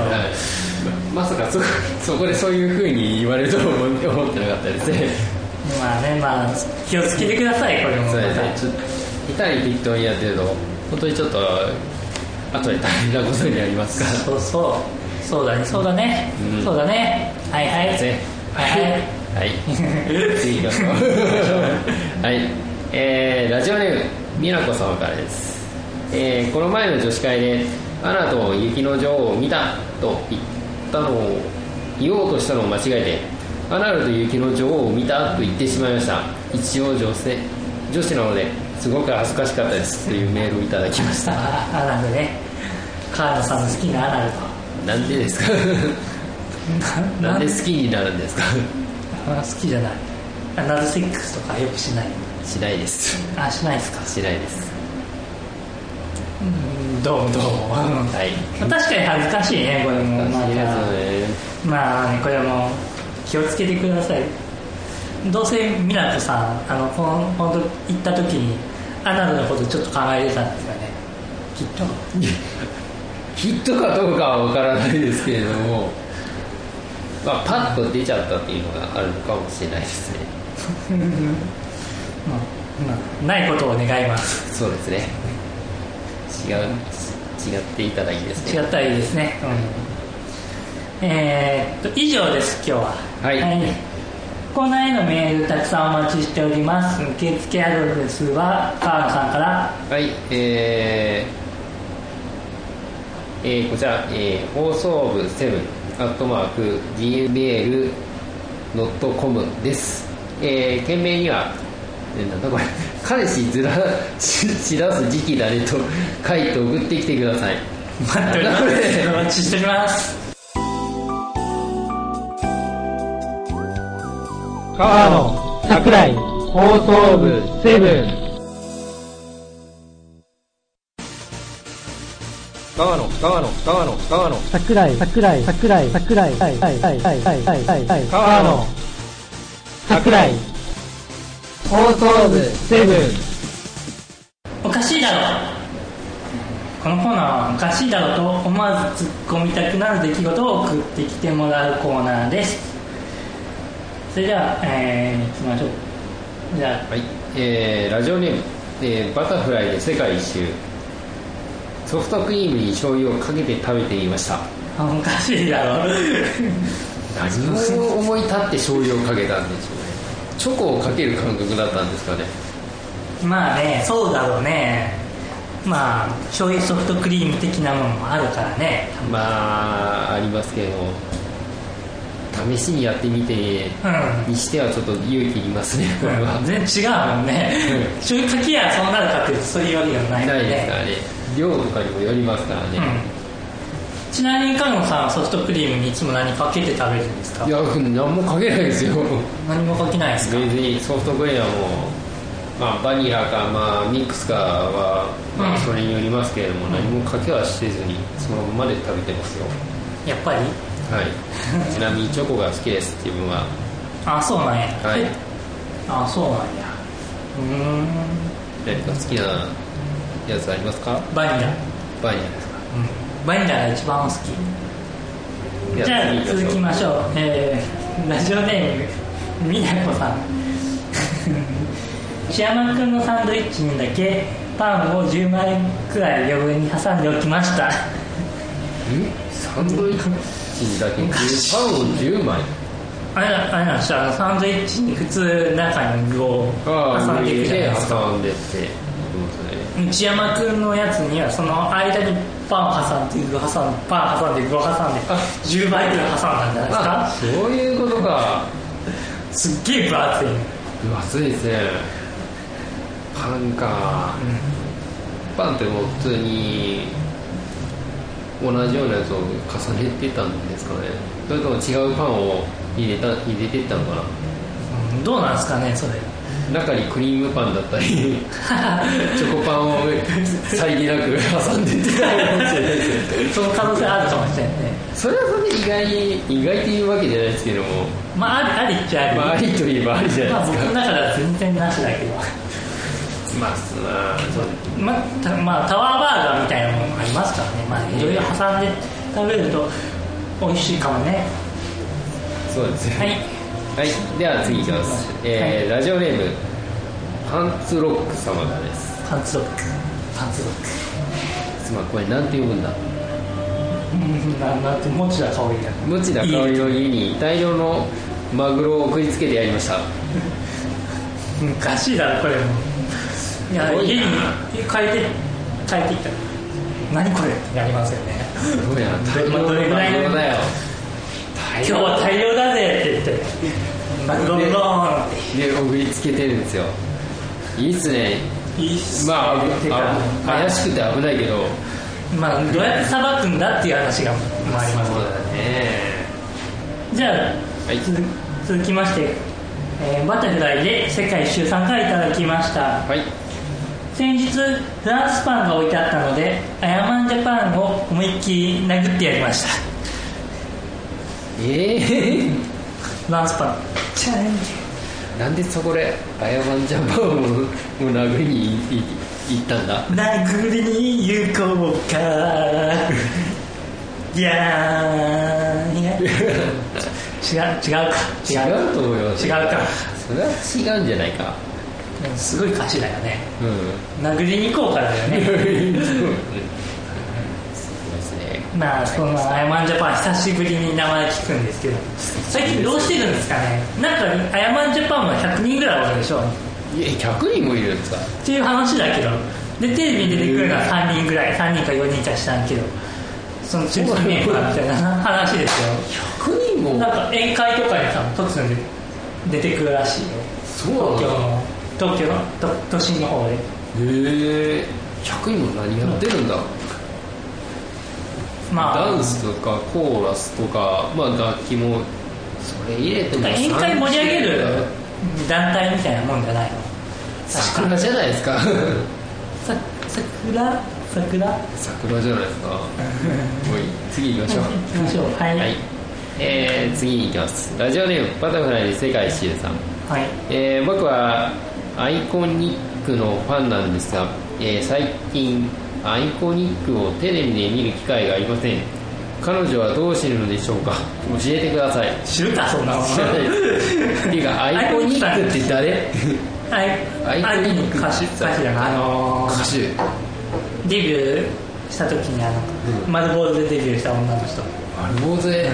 [SPEAKER 1] まさかそこそこでそういうふうに言われるとは思思ってなかったですね
[SPEAKER 2] まあねまあ気をつけてくださいこれもま
[SPEAKER 1] そうです
[SPEAKER 2] た
[SPEAKER 1] ねちょっと痛い適当にやってると本当にちょっと後で大変なことになりますから
[SPEAKER 2] そうそうそうだねそうだね、
[SPEAKER 1] うん
[SPEAKER 2] そうだねはいはい
[SPEAKER 1] ですね
[SPEAKER 2] はいはい
[SPEAKER 1] はい次行きましょうはいえーラジオネームみなこ様からです、えーこの前の女子会でアナと雪の女王を見たと言ったのを言おうとしたのを間違えてアナルと雪の女王を見たと言ってしまいました一応女性女子なのですごく恥ずかしかったですというメールをいただきました
[SPEAKER 2] さあアナルね川野さんの好きなアナル と
[SPEAKER 1] なんでですかなんで好きになるんですか
[SPEAKER 2] あ好きじゃないアナルセックスとかよくしない
[SPEAKER 1] しないです
[SPEAKER 2] あしないですか
[SPEAKER 1] しないです
[SPEAKER 2] うんどうもどうもうん
[SPEAKER 1] はい
[SPEAKER 2] 確かに恥ずかしいねこれもま
[SPEAKER 1] ありが
[SPEAKER 2] あ
[SPEAKER 1] とうね
[SPEAKER 2] まあこれも気をつけてくださいどうせミナトさんあのこの本当行った時にアナルのことちょっと考えてたんですよねきっと
[SPEAKER 1] ヒットかどうかは分からないですけれども、まあ、パッと出ちゃったっていうのがあるのかもしれないですね
[SPEAKER 2] まあまあないことを願います
[SPEAKER 1] そうですね違うち違っていたらいいです
[SPEAKER 2] 違
[SPEAKER 1] ね
[SPEAKER 2] ったらいいですね、うん、えーっと以上です今日は
[SPEAKER 1] はい
[SPEAKER 2] コーナーへのメールたくさんお待ちしております受付アドレスは川野さんから
[SPEAKER 1] はいえーえーこちら、えー放送部7アットマーク gmail.com です、えー、件名にはえーなんだこれ 彼氏ずらし散らす時期だねと書いて送ってきてください
[SPEAKER 2] 待っておりま
[SPEAKER 1] なんだこれ
[SPEAKER 2] すお待ちしております
[SPEAKER 3] 川野桜井放送部セブン
[SPEAKER 4] 川野川野川野川野
[SPEAKER 3] 桜井桜井桜井桜井はいはいはいはいはいはいはい川野桜井放送部セブン
[SPEAKER 2] おかしいだろこのコーナーはおかしいだろと思わず突っ込みたくなる出来事を送ってきてもらうコーナーですそれではえー、いきましょうじゃ
[SPEAKER 1] はい、えーラジオネーム、えーバタフライで世界一周ソフトクリームに醤油をかけて食べてみました
[SPEAKER 2] ああおかしいだろ
[SPEAKER 1] 何を思い立って醤油をかけたんでしょうねチョコをかける感覚だったんですかね
[SPEAKER 2] まあねそうだろうねまあ醤油ソフトクリーム的なものもあるからね
[SPEAKER 1] まあありますけど試しにやってみて
[SPEAKER 2] うん
[SPEAKER 1] にしてはちょっと勇気いりますねこれは、
[SPEAKER 2] 全然違うもんね
[SPEAKER 1] うん
[SPEAKER 2] 醤油かけやそうなるかっていうとそういうわけではない の
[SPEAKER 1] な
[SPEAKER 2] で
[SPEAKER 1] いですからね量とかにもよりますからね、
[SPEAKER 2] うんちなみにカノさんはソフトクリームにいつも何かけて食べるんですか
[SPEAKER 1] いや何もかけないですよ
[SPEAKER 2] 何もかけないですか
[SPEAKER 1] 別にソフトクリームはもう、まあ、バニラか、まあ、ミックスかは、ま
[SPEAKER 2] う
[SPEAKER 1] あ、
[SPEAKER 2] ん
[SPEAKER 1] それによりますけれども、何もかけはせずにそのままで食べてますよ
[SPEAKER 2] やっぱり
[SPEAKER 1] はい ちなみにチョコが好きです自分は
[SPEAKER 2] あそうなんや、
[SPEAKER 1] はい
[SPEAKER 2] えあそうなんやうー
[SPEAKER 1] 何か好きなやつありますか
[SPEAKER 2] んバニラ、
[SPEAKER 1] バニラですか
[SPEAKER 2] うん、バニラが一番好きじゃあ続きましょう、えー、ラジオネームみなこ さん千山君のサンドイッチにだけパンを10枚くらい余分に挟んでおきました
[SPEAKER 1] んサンドイッチだけパンを10枚
[SPEAKER 2] あれなあれなんですよあのサンドイッチに普通中に具を挟んでいくじゃないですか
[SPEAKER 1] 挟んでってことでね
[SPEAKER 2] 内山君のやつにはその間にパンを挟んで具を挟んでパンを挟んで具を挟んで
[SPEAKER 1] あ
[SPEAKER 2] 10倍くらい挟んだんじゃないです
[SPEAKER 1] あ
[SPEAKER 2] か
[SPEAKER 1] そういうことか
[SPEAKER 2] すっげえ分厚い、うん、
[SPEAKER 1] 分厚いですねパンかパンってもう普通に同じようなやつを重ねてたんですかねそれとも違うパンを入れた入れてったのか
[SPEAKER 2] うんどうなんですかねそれ
[SPEAKER 1] な中にクリームパンだ ったりチョコパンをさりげなく挟んでってたのかもしれないですね
[SPEAKER 2] その可能性あるかもしれないね
[SPEAKER 1] それはそれで意外に意外っていうわけじゃないですけども
[SPEAKER 2] まあありありっちゃあり、
[SPEAKER 1] まあありといえばありじゃ
[SPEAKER 2] ま
[SPEAKER 1] な
[SPEAKER 2] あ
[SPEAKER 1] いで
[SPEAKER 2] 僕
[SPEAKER 1] す
[SPEAKER 2] の
[SPEAKER 1] か
[SPEAKER 2] 中では全然なしだけど
[SPEAKER 1] まあまあそうです
[SPEAKER 2] またまあ、タワーバーガーみたいなものもありますからね、まあ、いろいろ挟んで食べると美味しいかもね
[SPEAKER 1] そうですね
[SPEAKER 2] はい
[SPEAKER 1] はい、では次いきます、えーラジオネームパンツロック様がです
[SPEAKER 2] パンツロックパンツロッ
[SPEAKER 1] つまりこれなんて呼ぶんだ
[SPEAKER 2] クうんななんてもちだ香りだ
[SPEAKER 1] 無知な香りの家に大量のマグロを送りつけてやりま した
[SPEAKER 2] うんおかしいだろこれもいや
[SPEAKER 1] すごいな
[SPEAKER 2] 家に変えて帰ってきた何これってなりますよね
[SPEAKER 1] すごいな
[SPEAKER 2] どれどれぐらいの
[SPEAKER 1] 大量だよ
[SPEAKER 2] 今日は大量だぜって言ってどんどんっ
[SPEAKER 1] で送りつけてるんですよいいっすね
[SPEAKER 2] ていいっすね
[SPEAKER 1] まあ
[SPEAKER 2] て
[SPEAKER 1] 危
[SPEAKER 2] か
[SPEAKER 1] あ
[SPEAKER 2] まあ
[SPEAKER 1] 怪しくて危ないけど
[SPEAKER 2] まあどうやってさばくんだっていう話がまああります
[SPEAKER 1] そうだね
[SPEAKER 2] じゃあ
[SPEAKER 1] はい
[SPEAKER 2] 続続きまして、えーバタフライで世界一周参加いただきました
[SPEAKER 1] はい
[SPEAKER 2] 先日フランスパンが置いてあったのでアヤマンジャパンを思いっきり殴ってやりました
[SPEAKER 1] ええ
[SPEAKER 2] フランスパンチャレンジ
[SPEAKER 1] なんでそこでアヤマンジャパンをもう殴りにいい行ったんだ
[SPEAKER 2] 殴りに行こうかいや ーいや違う違うか違
[SPEAKER 1] 違
[SPEAKER 2] う
[SPEAKER 1] うと思います
[SPEAKER 2] 違うか
[SPEAKER 1] それは違うんじゃないか
[SPEAKER 2] うんすごい歌詞だよね
[SPEAKER 1] うん
[SPEAKER 2] 殴りに行こうからだよね
[SPEAKER 1] そうですね。
[SPEAKER 2] まあそのアヤマンジャパン久しぶりに名前聞くんですけど最近どうしてるんですかねなんかアヤマンジャパンは100人ぐらいおるでしょっ
[SPEAKER 1] いや、100人もいるんですか
[SPEAKER 2] ていう話だけどでテレビに出てくるのは3人ぐらい3人か4人か知らんけどその中心メンバーみたいな話ですよ
[SPEAKER 1] ?100 人
[SPEAKER 2] なんか宴会とかにさ突然出てくるらしいよ
[SPEAKER 1] そう
[SPEAKER 2] 東
[SPEAKER 1] なんだ。
[SPEAKER 2] 京の東京の都都心の方で
[SPEAKER 1] へえ。100人も何やってるんだ、
[SPEAKER 2] まあ
[SPEAKER 1] ダンスとかコーラスとか、まあ楽器も、それ入れても
[SPEAKER 2] なんか宴会盛り上げる団体みたいなもんじゃないの確か
[SPEAKER 1] 桜じゃないですか。
[SPEAKER 2] さ桜桜
[SPEAKER 1] 桜じゃないです か。おい、次行きましょう。
[SPEAKER 2] 行きましょうはい
[SPEAKER 1] は
[SPEAKER 2] はいい、。
[SPEAKER 1] えー、次に行きます。ラジオネーム、バタフライで世界一周さん。えー僕はアイコニックのファンなんですが、えー最近アイコニックをテレビで見る機会がありません彼女はどうしてるのでしょうか教えてくだ さい
[SPEAKER 2] 知るかそんなもん
[SPEAKER 1] 知らないですっていうかアイコニックって誰
[SPEAKER 2] はい
[SPEAKER 1] ア
[SPEAKER 2] ア
[SPEAKER 1] イ
[SPEAKER 2] イ
[SPEAKER 1] コ
[SPEAKER 2] コ
[SPEAKER 1] ニ
[SPEAKER 2] ニ
[SPEAKER 1] ッ
[SPEAKER 2] ッ
[SPEAKER 1] ク
[SPEAKER 2] ク歌手歌手だなあの
[SPEAKER 1] 歌
[SPEAKER 2] ー
[SPEAKER 1] 手
[SPEAKER 2] デビューした時にあの、丸ボールでデビューした女の人
[SPEAKER 1] 丸坊主ごめん俺も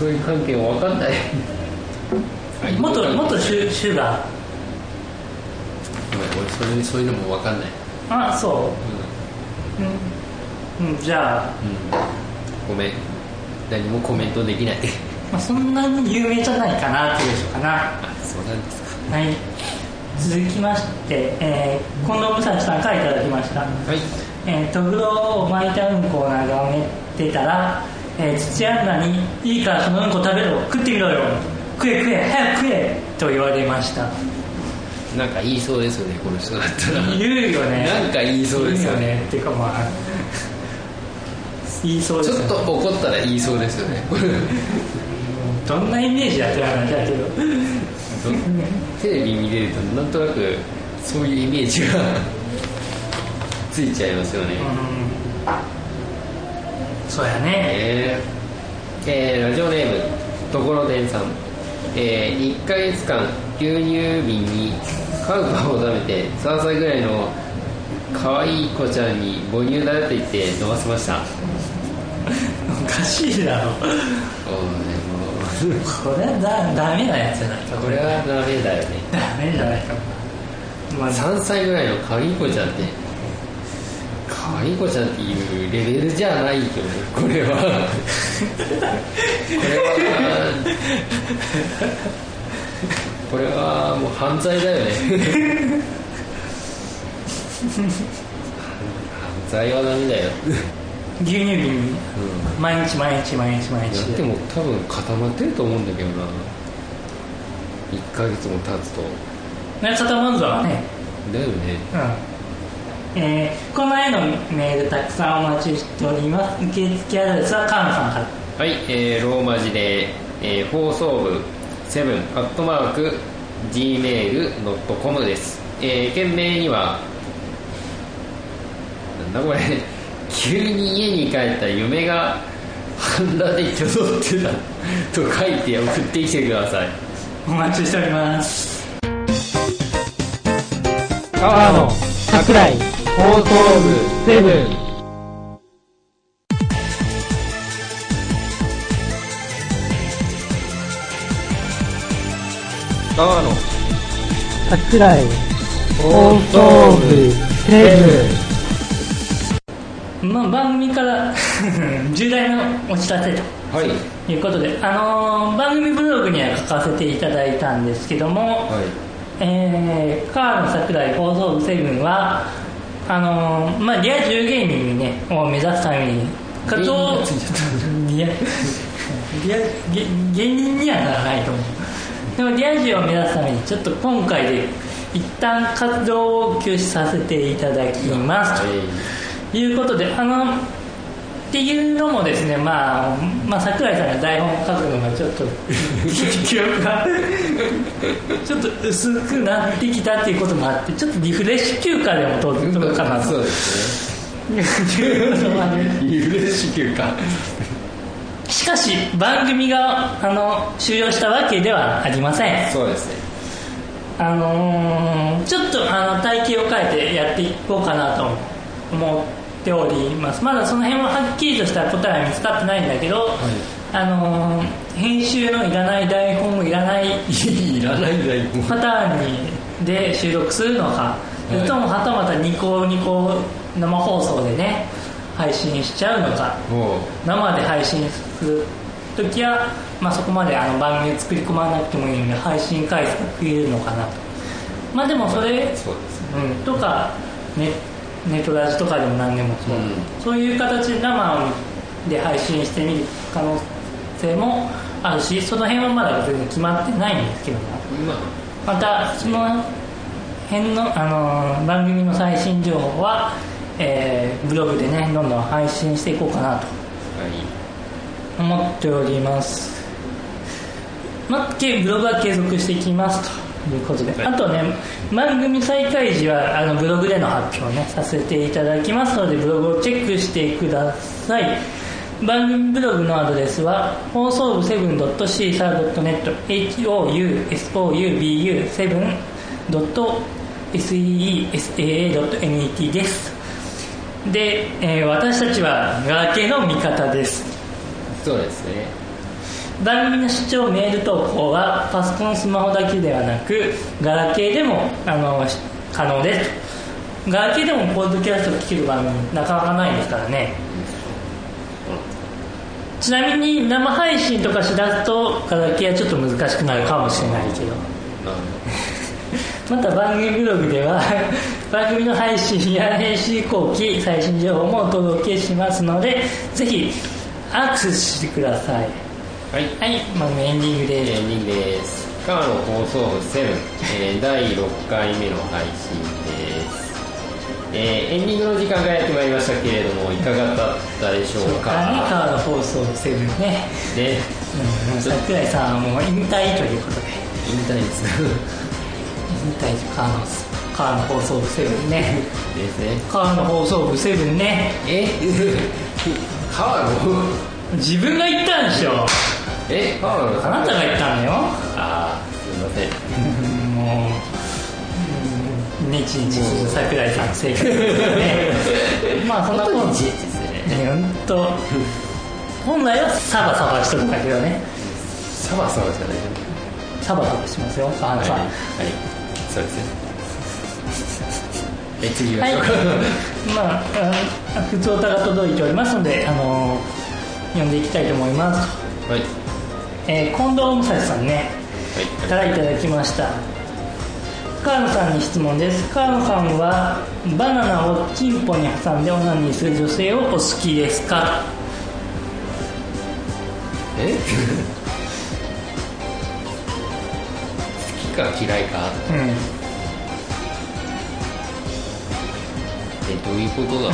[SPEAKER 1] そういう関係も分かんない
[SPEAKER 2] 元元
[SPEAKER 1] ごめん
[SPEAKER 2] シュシュガー
[SPEAKER 1] 俺それそういうのも分かんない、
[SPEAKER 2] あそううん、うん、じゃあ、
[SPEAKER 1] うん、ごめん何もコメントできない
[SPEAKER 2] まあ、そんなに有名じゃないかなっていう人かな
[SPEAKER 1] あそうなんですか
[SPEAKER 2] はい続きまして、えー、近藤武蔵さんからいただきました
[SPEAKER 1] はい。
[SPEAKER 2] えー、トグロを巻いたうんこを眺めてたら、えー、土屋アンナに「いいからそのうんこ食べろ食ってみろよ食え食え早く食え」と言われました
[SPEAKER 1] なんか言いそうですよね、この人だったら。
[SPEAKER 2] 言うよね
[SPEAKER 1] なんか言いそうですよね。
[SPEAKER 2] 言うっていうかまあ 言いそう
[SPEAKER 1] ちょ
[SPEAKER 2] です
[SPEAKER 1] っ
[SPEAKER 2] よ、ね、
[SPEAKER 1] と怒ったら言いそうですよ ね。
[SPEAKER 2] どんなイメージだって話だけど
[SPEAKER 1] テレビ見れると、なんとなく、そういうイメージが ついちゃいますよね。
[SPEAKER 2] うんそうやね
[SPEAKER 1] えーえーラジオネーム、ところてんさん。えー、1ヶ月間、牛乳瓶にカウパを食べて、3歳ぐらいの可愛い子ちゃんに母乳だよと言って飲ませました。
[SPEAKER 2] おかしいだろ
[SPEAKER 1] おーでも
[SPEAKER 2] これはだダメなやつじゃないか
[SPEAKER 1] これはダメだよね。
[SPEAKER 2] ダメじゃないかまあ
[SPEAKER 1] 3歳ぐらいの可愛い子ちゃんって可愛い子ちゃんっていうレベルじゃないよねこれはこれはこれはもう犯罪だよね犯罪はダメだよ、
[SPEAKER 2] 牛乳瓶毎日毎日毎日毎
[SPEAKER 1] や
[SPEAKER 2] 日
[SPEAKER 1] っても多分固まってると思うんだけどな1ヶ月も経つと
[SPEAKER 2] ねサタマンズはね
[SPEAKER 1] だよね
[SPEAKER 2] うんえー、この絵のメールたくさんお待ちしております受付アドレスはカンさんから
[SPEAKER 1] はい、えーローマ字で、えー放送部7アットマーク gmail.com です、えー、件名にはなんだこれ 急に家に帰った嫁が半裸で挙動ってたと書いて送ってきてください
[SPEAKER 2] お待ちしております
[SPEAKER 3] 川野桜井放送部セブン
[SPEAKER 4] 川野
[SPEAKER 3] 桜井放送部テーブル
[SPEAKER 2] まあ、番組から 重大なお知らせと
[SPEAKER 1] はい
[SPEAKER 2] いうことで、あのー番組ブログには書かせていただいたんですけども、
[SPEAKER 1] はい
[SPEAKER 2] えー、カーの桜井構造部セブンはあのーまあ、リア充芸人に、ね、を目指すために活
[SPEAKER 1] 芸
[SPEAKER 2] 動
[SPEAKER 1] 人がついちゃっ
[SPEAKER 2] リアリア芸芸人にはならないと思うでもリア充を目指すためにちょっと今回で一旦活動を休止させていただきます
[SPEAKER 1] はい
[SPEAKER 2] ということであのっていうのもですね、まあ、まあ桜井さんが台本を書くのがちょっと 記憶がちょっと薄くなってきたっていうこともあってちょっとリフレッシュ休暇でも取るか な
[SPEAKER 1] そ
[SPEAKER 2] と
[SPEAKER 1] うですね
[SPEAKER 2] いうのもある
[SPEAKER 1] リフレッシュ休暇
[SPEAKER 2] しかし番組があの終了したわけではありません
[SPEAKER 1] そうですね
[SPEAKER 2] あのーちょっとあの体型を変えてやっていこうかなと思っておりますまだその辺ははっきりとした答えは見つかってないんだけど、あのー編集のいらない台本もいらない
[SPEAKER 1] いらない台本
[SPEAKER 2] パターンにで収録するのか、それともはたまたニコニコ生放送でね配信しちゃうのか
[SPEAKER 1] もう
[SPEAKER 2] 生で配信する時は、まあ、そこまであの番組を作り込まなくてもいいので配信回数が増えるのかなとまあでもそれ、
[SPEAKER 1] そうですね
[SPEAKER 2] うん、とかネネットラジとかでも何でもそう、
[SPEAKER 1] うん
[SPEAKER 2] そういう形で生で配信してみる可能性もあるしその辺はまだ全然決まってないんですけども
[SPEAKER 1] まあ
[SPEAKER 2] またその辺の、あのー番組の最新情報は、えーブログでねどんどん配信していこうかな
[SPEAKER 1] は
[SPEAKER 2] と
[SPEAKER 1] い
[SPEAKER 2] 思っておりますまあ、けブログは継続していきますということで、
[SPEAKER 1] はい
[SPEAKER 2] あとね番組再開時はあのブログでの発表をねさせていただきますのでブログをチェックしてください番組ブログのアドレスは放送部 7.caesar.net housoub7.seesaa.net ですで、えー私たちはガラケーの味方です
[SPEAKER 1] そうですね
[SPEAKER 2] 番組の視聴メール投稿はパソコンスマホだけではなくガラケーでもあのし可能ですガラケーでもポッドキャストを聴ける番組なかなかないですからねちなみに生配信とかしだすとガラケーはちょっと難しくなるかもしれないけ
[SPEAKER 1] な
[SPEAKER 2] ど
[SPEAKER 1] るほ
[SPEAKER 2] また番組ブログでは 番組の配信や編集後期最新情報もお届けしますのでぜひアクセスしてください
[SPEAKER 1] どはい
[SPEAKER 2] はい番組エンディング
[SPEAKER 1] え
[SPEAKER 2] です
[SPEAKER 1] ーエンディングです川の放送部7、えー第6回目の配信です、えーエンディングの時間がやってまいりましたけれどもいかがだったでしょう
[SPEAKER 2] 何
[SPEAKER 1] か
[SPEAKER 2] から放送セブンね、
[SPEAKER 1] ね
[SPEAKER 2] うん、桜井さんはもう引退ということで
[SPEAKER 1] 引退です
[SPEAKER 2] 引退カーのカーの放送部セブンね
[SPEAKER 1] ですね
[SPEAKER 2] カーの放送部セブンね
[SPEAKER 1] え川の
[SPEAKER 2] 自分が言ったんでしょ
[SPEAKER 1] え川の
[SPEAKER 2] あなたが言ったんだよ
[SPEAKER 1] あーすいません
[SPEAKER 2] うんもううんねち日ちする桜井さんの生活です ねまあそんなこと
[SPEAKER 1] 本当に
[SPEAKER 2] ね
[SPEAKER 1] 事実ですね
[SPEAKER 2] 本当本来はサバサバしとるんだけどね
[SPEAKER 1] サバサバじゃない
[SPEAKER 2] サバサバしますよあの
[SPEAKER 1] はい、
[SPEAKER 2] さ、
[SPEAKER 1] はい、そうですねえ次行きま
[SPEAKER 2] はい
[SPEAKER 1] しょうか、
[SPEAKER 2] まあ、あの普通歌が届いておりますので、あの読んでいきたいと思います。
[SPEAKER 1] はい、はい
[SPEAKER 2] えー近藤武蔵さんね、からいただきました。川野さんに質問です。川野さんはバナナをチンポに挟んでオナニーする女性をお好きですか？
[SPEAKER 1] え好きか嫌いか
[SPEAKER 2] うん。
[SPEAKER 1] えどういうことだ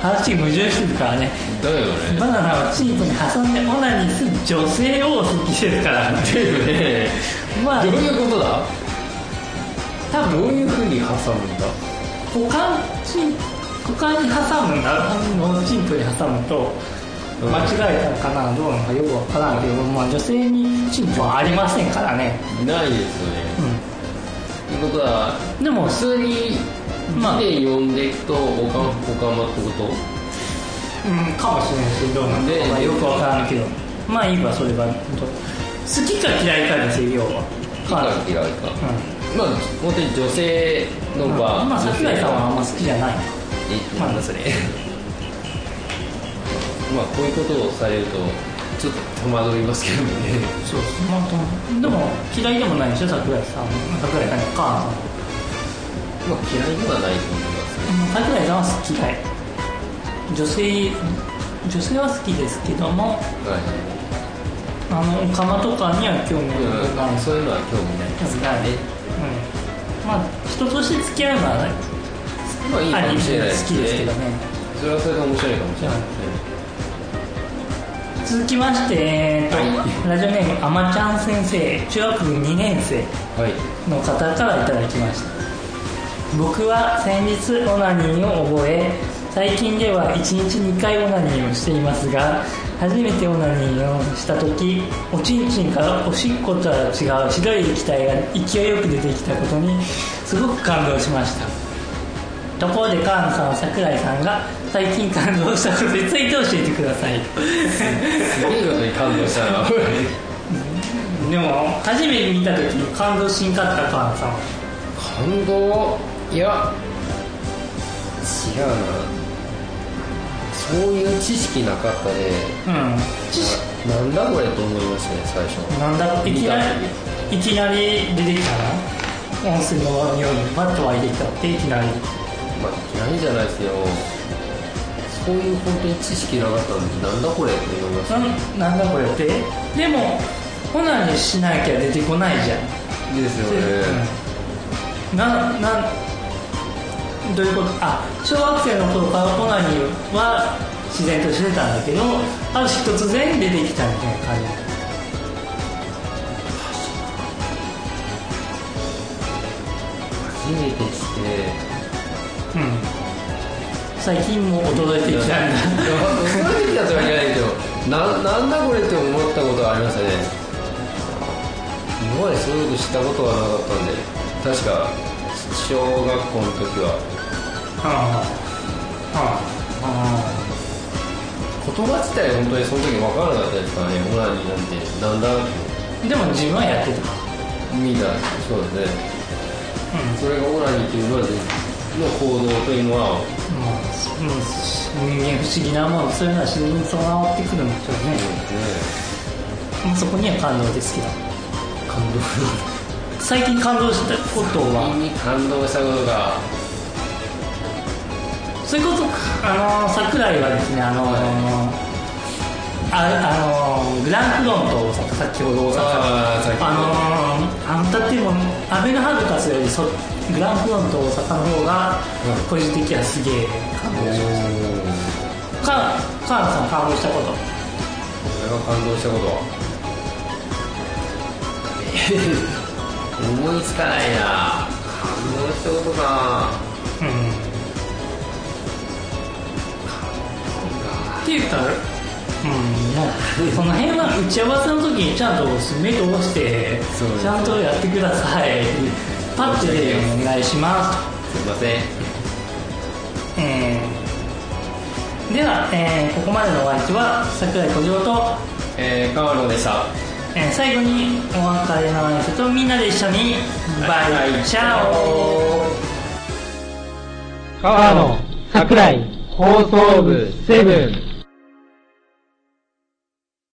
[SPEAKER 2] 話矛盾してるからね。
[SPEAKER 1] だよね
[SPEAKER 2] バナナをチンポに挟んでオナニーする女性をお好きですか
[SPEAKER 1] だ
[SPEAKER 2] ら。
[SPEAKER 1] よね
[SPEAKER 2] ま あ
[SPEAKER 1] どういうことだ
[SPEAKER 2] 多分
[SPEAKER 1] どういうふうに挟むんだ
[SPEAKER 2] 股間チン股間に挟むんだのチンプに挟むと
[SPEAKER 1] うん
[SPEAKER 2] 間違えたのかなどうなのかよくわからんけど、まあ、女性にチンプはありませんからね、
[SPEAKER 1] ないですよね
[SPEAKER 2] う
[SPEAKER 1] ということは
[SPEAKER 2] ん、でも
[SPEAKER 1] 普通に
[SPEAKER 2] まあ
[SPEAKER 1] 字で読んでいくとおかんおかまってこ
[SPEAKER 2] うんかもしれないしどうなん
[SPEAKER 1] で
[SPEAKER 2] まあ、よくわからんけどまあいいわそれは好きか嫌いかですよ要は
[SPEAKER 1] と好きか嫌いか
[SPEAKER 2] うん
[SPEAKER 1] まあ本当に女性の場
[SPEAKER 2] まあ
[SPEAKER 1] 女性
[SPEAKER 2] 桜井さんはあんま好きじゃない
[SPEAKER 1] え
[SPEAKER 2] まあ
[SPEAKER 1] なんだそれ まあこういうことをされるとちょっと戸惑いますけどね
[SPEAKER 2] そうですまあでも嫌いでもないでしょ桜井さん桜井さんのお母さん
[SPEAKER 1] まあ嫌いではないと思いますね
[SPEAKER 2] もう桜井さんは好きだい女性女性は好きですけども
[SPEAKER 1] はい
[SPEAKER 2] あのお釜とかには興味
[SPEAKER 1] うん
[SPEAKER 2] がない
[SPEAKER 1] そういうのは興味ない
[SPEAKER 2] ですがねうんまあ人として付き合うのは
[SPEAKER 1] まあいい
[SPEAKER 2] ア
[SPEAKER 1] か
[SPEAKER 2] ニ
[SPEAKER 1] もしれな
[SPEAKER 2] メ
[SPEAKER 1] いで
[SPEAKER 2] 好
[SPEAKER 1] す
[SPEAKER 2] きですけど
[SPEAKER 1] ね
[SPEAKER 2] ね
[SPEAKER 1] それはそれで面白いかもしれないですね
[SPEAKER 2] 続きまして、えーと
[SPEAKER 1] は
[SPEAKER 2] ラジオネームあまちゃん先生中学部2年生
[SPEAKER 1] はい
[SPEAKER 2] の方からいただきました僕は先日オナニーを覚え最近では1日2回オナニーをしていますが初めてオナニーをした時おちんちんからおしっことは違う白い液体が勢いよく出てきたことにすごく感動しましたところで川野さんは桜井さんが最近感動したことについて教えてください
[SPEAKER 1] すごいことに感動したな
[SPEAKER 2] でも初めて見た時に感動しんかった川野さんは
[SPEAKER 1] 感動いや違うなそういう知識なかったで、
[SPEAKER 2] うん知識
[SPEAKER 1] なんだこれと思いましたね最初
[SPEAKER 2] なんだいきなりいきなり出てきたな温泉の匂いにバッと湧いてきたっていきなり
[SPEAKER 1] まあ嫌いじゃないですけどそういう本当に知識なかったんでなんだこれって思いました
[SPEAKER 2] なんなんだこれってでもオナニーしなきゃ出てこないじゃん
[SPEAKER 1] ですよね
[SPEAKER 2] うんななんどういうことあ小学生の頃からオナニーは自然としてたんだけどある日突然出てきたみたいな感じ
[SPEAKER 1] 初めてして
[SPEAKER 2] うん最近も驚いてきたんだ
[SPEAKER 1] それできたとは言えないけどななんだこれって思ったことはありましたね今までそういうことしたことはなかったんで確か小学校の時は
[SPEAKER 2] あああ
[SPEAKER 1] 言葉自体本当にその時分からなかったですからねオナニーなんてなんだって
[SPEAKER 2] あでも自分はやってた
[SPEAKER 1] みんなそうですねそれがオナニーっていうのはの行動というのは
[SPEAKER 2] もうもう人間不思議なもんそういうのは自然に備わってくるんでしょうね、まあそこには感動ですけど
[SPEAKER 1] 感動
[SPEAKER 2] 最近感動したことは
[SPEAKER 1] に感動したことが
[SPEAKER 2] そういうことあのー桜井はですねあのーああのーグランクドンと大阪先ほど大阪
[SPEAKER 1] ああさっき
[SPEAKER 2] あのー、あんたっていうもアベノハルカスよりそグランクドンと大阪の方が
[SPEAKER 1] うん
[SPEAKER 2] 個人的にはすげえ感動しまし
[SPEAKER 1] うん
[SPEAKER 2] たか河野さん感動したこと
[SPEAKER 1] 俺が感動したこと は思いつかないな感動したことか
[SPEAKER 2] うんっていうかうんまあその辺は打ち合わせの時にちゃんと目通して
[SPEAKER 1] そうです
[SPEAKER 2] ちゃんとやってくださいパッチでお願いします
[SPEAKER 1] すいません
[SPEAKER 2] えーでは、えーここまでのお相手は桜井小嬢と、
[SPEAKER 1] えー、川野でした
[SPEAKER 2] えー最後にお別れの挨拶をみんなで一緒にバイバイチャオ
[SPEAKER 3] 川野桜井放送部セブン